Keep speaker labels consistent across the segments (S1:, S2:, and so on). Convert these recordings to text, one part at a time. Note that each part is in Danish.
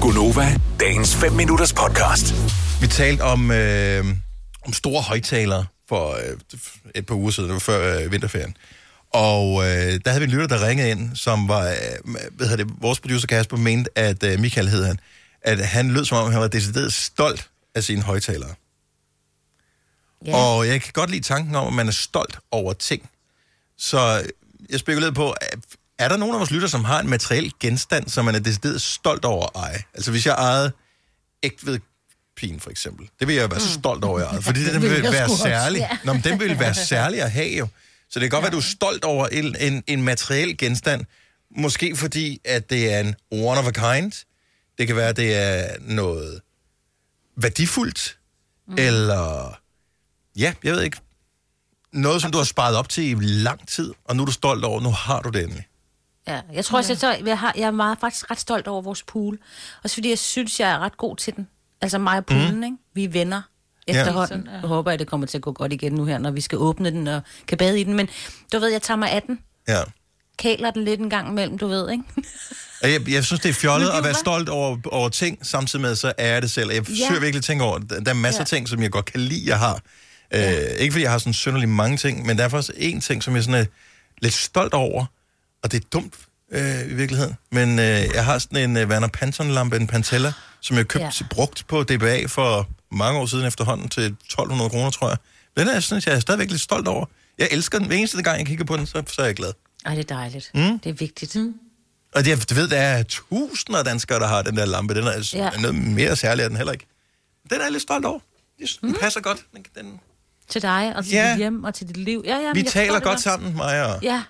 S1: Gunova, dagens 5 minutters podcast.
S2: Vi talte om, øh, om store højtalere for øh, et par uger siden, det var før øh, vinterferien. Og øh, der havde vi en lytter, der ringede ind, som var, øh, hvad hedder det, vores producer Kasper mente, at øh, Michael hed han, at han lød som om, han var decideret stolt af sine højtalere.
S3: Ja.
S2: Og jeg kan godt lide tanken om, at man er stolt over ting. Så jeg spekulerede på, er der nogen af vores lytter, som har en materiel genstand, som man er decideret stolt over at eje? Altså hvis jeg ejede ægtvedpin for eksempel, det vil jeg være mm. stolt over, jeg ejede. Fordi den
S3: ville
S2: vil
S3: jeg
S2: være
S3: sgu også,
S2: særlig.
S3: ja.
S2: Nå, men den vil være særlig at have jo. Så det kan godt være, at du er stolt over en, en, en materiel genstand. Måske fordi, at det er en one of a kind. Det kan være, at det er noget værdifuldt. Mm. Eller, ja, jeg ved ikke. Noget, som du har sparet op til i lang tid, og nu er du stolt over, nu har du det endelig.
S3: Ja, jeg tror også, jeg, så, jeg, har, jeg er meget, faktisk ret stolt over vores pool. Også fordi jeg synes, jeg er ret god til den. Altså mig og poolen, mm. ikke? Vi er venner efterhånden. Ja. Jeg håber, at det kommer til at gå godt igen nu her, når vi skal åbne den og kan bade i den. Men du ved, jeg tager mig af den.
S2: Ja.
S3: Kæler den lidt en gang imellem, du ved, ikke?
S2: Og Jeg, jeg synes, det er fjollet
S3: Men det
S2: at være
S3: var-
S2: stolt over, over ting, samtidig med, så er jeg det selv. Og Jeg forsøger virkelig at tænke over, at der der er masser af
S3: Ja.
S2: ting, som jeg godt kan lide, jeg har. Øh, Ikke fordi jeg har sådan synderlig mange ting, men der er faktisk én ting, som jeg sådan er lidt stolt over, og det er dumt øh, i virkeligheden. Men øh, jeg har sådan en øh, Werner Panton-lampe, en Pantella, som jeg købte ja.
S3: Ja.
S2: brugt på DBA for mange år siden efterhånden til 1200 kroner, tror jeg. Den er, jeg synes, jeg er stadigvæk lidt stolt over. Jeg elsker den. Hver eneste gang, jeg kigger på den, så, så er jeg glad.
S3: Ej, det er dejligt. Mm. Det er vigtigt. Mm.
S2: Og jeg ved, der er tusinder af danskere, der har den der lampe. Den er altså
S3: Ja.
S2: ja. noget mere særlig, er den heller ikke. Den er jeg lidt stolt over. Jeg synes,
S3: Mm.
S2: Den passer godt. Den, den...
S3: Til dig, og til
S2: Ja.
S3: dit hjem, og til dit liv. Ja, ja, men
S2: Vi
S3: jeg forstår
S2: taler
S3: det
S2: godt, sammen, mig og...
S3: Ja.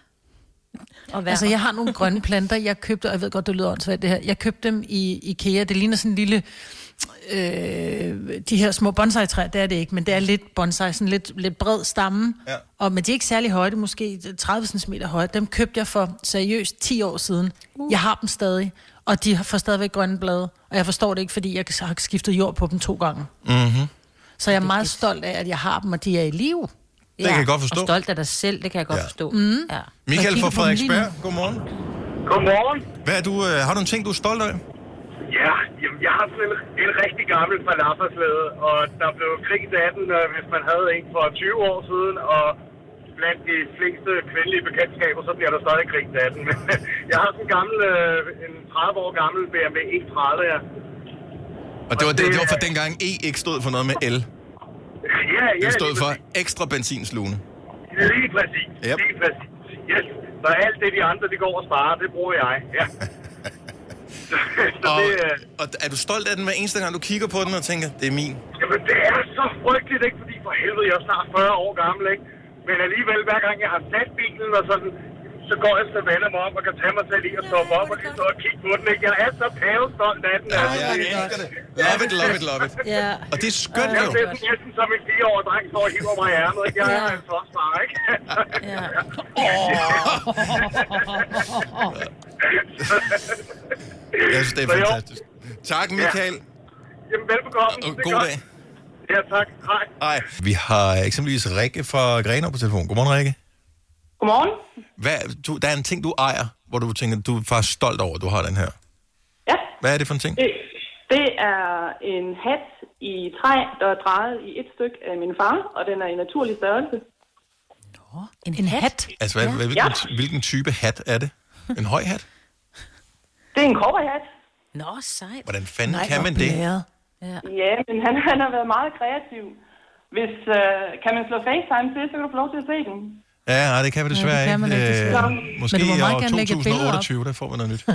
S3: Og
S4: Altså, jeg har nogle grønne planter, jeg købte, og jeg ved godt, det lyder åndssvagt det her, jeg købte dem i IKEA, det ligner sådan en lille, øh, de her små bonsai-træer, det er det ikke, men det er lidt bonsai, sådan lidt, lidt bred stamme,
S2: Ja.
S4: og, men de er ikke særlig høje, det er måske 30 cm høje, dem købte jeg for seriøst 10 år siden, uh. jeg har dem stadig, og de får stadigvæk grønne blade, og jeg forstår det ikke, fordi jeg har skiftet jord på dem to gange. Mm-hmm. Så jeg er meget stolt af, at jeg har dem, og de er i live.
S2: Det kan jeg godt forstå.
S3: Og stolt af dig selv, det kan jeg godt
S2: Ja.
S3: ja. forstå. Mm. Ja.
S4: Jeg
S2: Michael
S4: kigger
S2: fra
S4: på den lige nu.
S2: Frederiksberg, godmorgen.
S5: Godmorgen.
S2: Hvad er du, øh, har du en ting, du er stolt af?
S5: Ja, jamen, jeg har sådan en, en rigtig gammel falafelslæde, og der blev grint af den, øh, hvis man havde en for 20 år siden, og blandt de fleste kvindelige bekendtskaber, så bliver der stadig grint af den. Men jeg har sådan en gammel, øh, en 30 år gammel BMW E30, E ja.
S2: Og det var, det,
S5: det
S2: det var for
S5: er-
S2: dengang E ikke stod for noget med L.
S5: Ja, ja,
S2: Det stod
S5: lige
S2: for ekstra benzinslugende.
S5: præcis. Lige præcis.
S2: Yep.
S5: Lige præcis. Yes. Så alt det, de andre de går og sparer, det bruger jeg. Ja. så, så
S2: Og,
S5: det, øh,
S2: og er du stolt af den hver eneste gang, du kigger på den og tænker, det er min?
S5: Jamen, det er så frygteligt, ikke? Fordi for helvede, jeg er snart 40 år gammel, ikke? Men alligevel, hver gang jeg har sat bilen og sådan, så går jeg så og vender mig om og kan tage mig selv i og stoppe op og lige stå og kigge på den, ikke? Jeg er så pavestolt af den. altså.
S2: jeg elsker det. Love it, love it, love it.
S3: ja.
S2: Og det er skønt,
S5: Jeg
S2: jo.
S5: er sådan næsten som en fireårig dreng, står og hiver mig i ærmet, ikke? Jeg er
S3: Ja.
S5: en flosbar, ikke?
S3: ja.
S2: Jeg synes, det er
S5: Så jo.
S2: fantastisk. Tak, Michael.
S5: Jamen, velbekomme.
S2: Og
S5: Det er
S2: god
S5: godt.
S2: dag.
S5: Ja, tak. Hej.
S2: Ej. Vi har eksempelvis Rikke fra Grenaa på telefon. Godmorgen, Rikke.
S6: Godmorgen.
S2: Hvad, du, der er en ting, du ejer, hvor du tænker, du er faktisk stolt over, at du har den her.
S6: Ja,
S2: Hvad er det for en ting?
S6: det, det er en hat i træ, der er drejet i et stykke af min far, og den er i naturlig størrelse.
S3: En,
S4: En hat?
S2: Altså, hvad, ja. hvilken,
S6: Ja.
S2: hvilken type hat er det? En høj hat?
S6: Det er en cowboyhat.
S3: Nå, sejt.
S2: Hvordan fanden Nej, kan man det?
S4: Blæret.
S6: Ja, men han, han har været meget kreativ. Hvis, øh, kan man slå FaceTime til, så kan du få lov til at se den.
S2: Ja, nej, det kan vi desværre
S4: det kan man ikke,
S2: ikke. Øh,
S4: desværre.
S2: måske
S4: Men du må
S2: i
S4: meget
S2: år
S4: gerne lægge et billede op.
S2: 2028, der får vi noget nyt.
S6: Ja,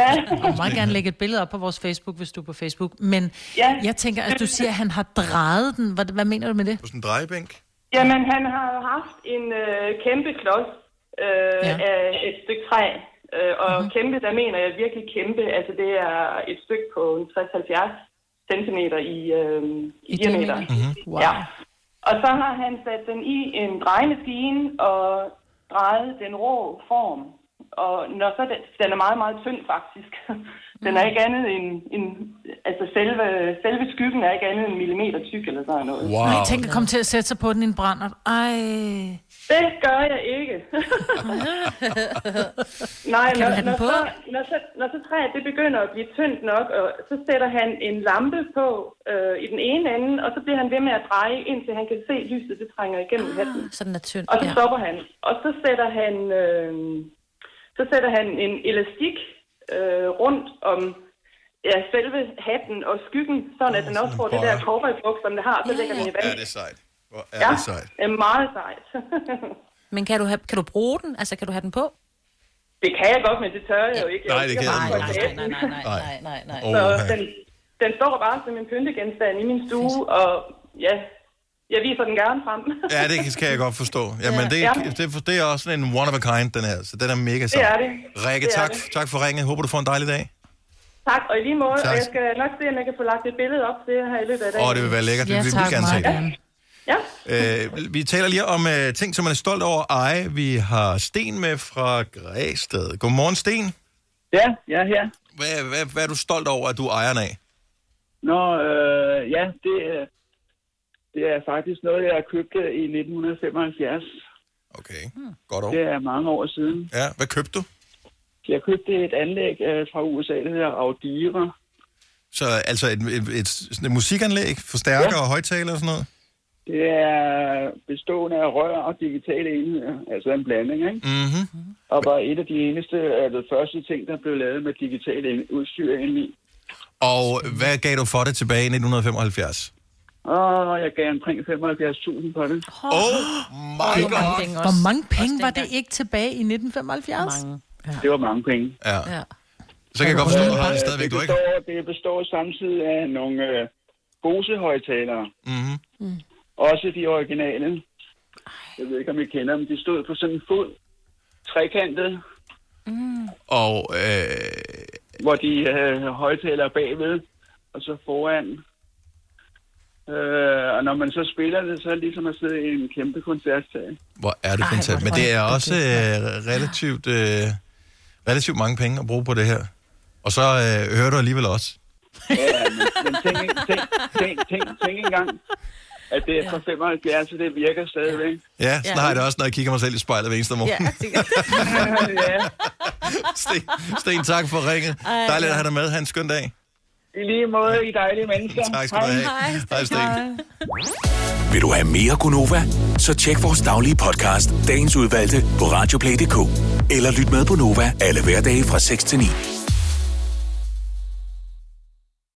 S4: Jeg vil meget gerne lægge et billede op på vores Facebook, hvis du er på Facebook. Men ja.
S6: Ja.
S4: jeg tænker, at du siger, at han har drejet den. Hvad, hvad mener du med det?
S2: På sådan en drejebænk?
S6: jamen han har haft en øh, kæmpe klods øh,
S4: Ja. Mhm.
S6: ja. af et stykke træ. Øh, og mm-hmm. kæmpe, der mener jeg virkelig kæmpe. Altså det er et stykke på en 60-70 cm i, øh, i,
S4: I diameter?
S6: diameter.
S4: Mhm. Wow.
S6: Ja. Og så har han sat den i en drejemaskine og drejet den rå form.
S4: Mhm.
S6: Og når så den, den er meget, meget tynd faktisk. Den er ikke andet end, end altså selve, selve skyggen er ikke andet end en millimeter tyk eller sådan noget.
S2: Wow.
S4: Nej, tænk at komme til at sætte sig på den i en brændert. Ej,
S6: Det gør jeg ikke. Nej,
S4: Kan
S6: når,
S4: du have den
S6: når,
S4: på?
S6: så, når, så, når så træet det begynder at blive tyndt nok, og så sætter han en lampe på øh, i den ene ende, og så bliver han ved med at dreje, indtil han kan se lyset, det trænger igennem
S4: Ah,
S6: hatten.
S3: Så den Ah, er tynd.
S6: Og så
S3: Ja.
S6: stopper han. Og så sætter han, øh, så sætter han en elastik øh, rundt om ja, selve hatten og skyggen, sådan at den også får det der
S2: bøjer.
S6: cowboybuk, som det har, så lægger den i
S2: Ja,
S6: vand.
S2: det er sejt. Hvor er
S6: Ja,
S2: det sejt.
S6: det er meget sejt.
S3: Men kan du, have, kan du bruge den? Altså, kan du have den på?
S6: det kan jeg godt, men det tør jeg jo ikke.
S2: Nej, det
S6: skal
S2: kan
S6: bare
S2: jeg
S6: holde
S2: ikke.
S6: hatten.
S3: nej,
S2: nej,
S3: nej, nej.
S2: Oh,
S6: Så den, den står bare som en pyntegenstand i min stue, og ja, jeg viser den gerne frem.
S2: ja, det kan- kan jeg godt forstå. Jamen, det,
S6: Ja.
S2: det, det, det er også sådan en one of a kind, den her. Så den er mega sej.
S6: Det er det.
S2: Rikke,
S6: Det er
S2: tak,
S6: det.
S2: tak for ringet. Håber, du får en dejlig dag.
S6: tak, og i lige måde,
S2: Tak.
S6: og jeg skal nok se, om jeg kan få lagt et billede op til jer her i løbet af dagen.
S2: Åh, oh, det vil være lækkert.
S4: ja
S2: vi vil
S4: tak,
S2: gerne se det.
S4: Maja.
S6: Ja,
S2: Øh, vi taler lige om øh, ting, som man er stolt over at eje. Vi har Sten med fra Græsted. Godmorgen, Sten.
S7: Ja, jeg er her.
S2: Hvad, hvad, hvad er du stolt over, at du ejer den af?
S7: Nå, øh, ja, det, er- det er faktisk noget, jeg købte i 1975.
S2: Okay, godt
S7: Det
S2: over.
S7: er mange år siden.
S2: Hmm. Ja, hvad købte du?
S7: Jeg købte et anlæg øh, fra USA, der hedder Audira.
S2: Så altså et, et, et, sådan et musikanlæg, forstærker ja. og højtaler og sådan noget?
S7: Det er bestående af rør og digitale enheder, altså en blanding, ikke?
S2: Mm-hmm.
S7: Og var et af de eneste, altså første ting, der blev lavet med digitale ind- udstyr indeni.
S2: Og hvad gav du for det tilbage i 1975?
S7: Og jeg gav omkring 75.000 på det.
S2: Oh, my god!
S4: Hvor mange penge var det ikke tilbage i 1975?
S3: Mange.
S7: Det var mange penge.
S2: Ja.
S3: Ja.
S2: Så kan jeg godt forstå, at du har det stadigvæk,
S7: det
S2: du ikke?
S7: består, det består samtidig af nogle øh, Bose-højtalere.
S2: Mm-hmm.
S7: Også de originale. Jeg ved ikke, om I kender dem. De stod på sådan en fod, trekantet,
S2: Og øh,
S7: hvor de øh, højtaler bagved, og så foran. Øh, og når man så spiller det, så er det ligesom at sidde i en kæmpe koncertsal.
S2: Hvor er det
S4: hvor er
S2: fantastisk.
S4: det
S2: Men det er
S4: godt.
S2: også øh, relativt, øh, relativt mange penge at bruge på det her. Og så øh, hører du alligevel også.
S7: Ja, men, men tænk, tænk, tænk, tænk, tænk engang, at det er fra 75, så det virker stadigvæk.
S2: Ja, sådan ja. har jeg det også, når jeg kigger mig selv i spejlet hver eneste morgen. Ja.
S7: ja,
S2: Sten, Sten, tak for ringet. Dejligt at have dig med. Ha' en skøn dag.
S7: i lige måde, I dejlige mennesker.
S2: Tak skal du have.
S3: Hej,
S2: Hej, Sten.
S1: Vil du have mere Gunova? Så tjek vores daglige podcast, dagens udvalgte, på radioplay.dk. Eller lyt med på Nova alle hverdage fra 6 til 9.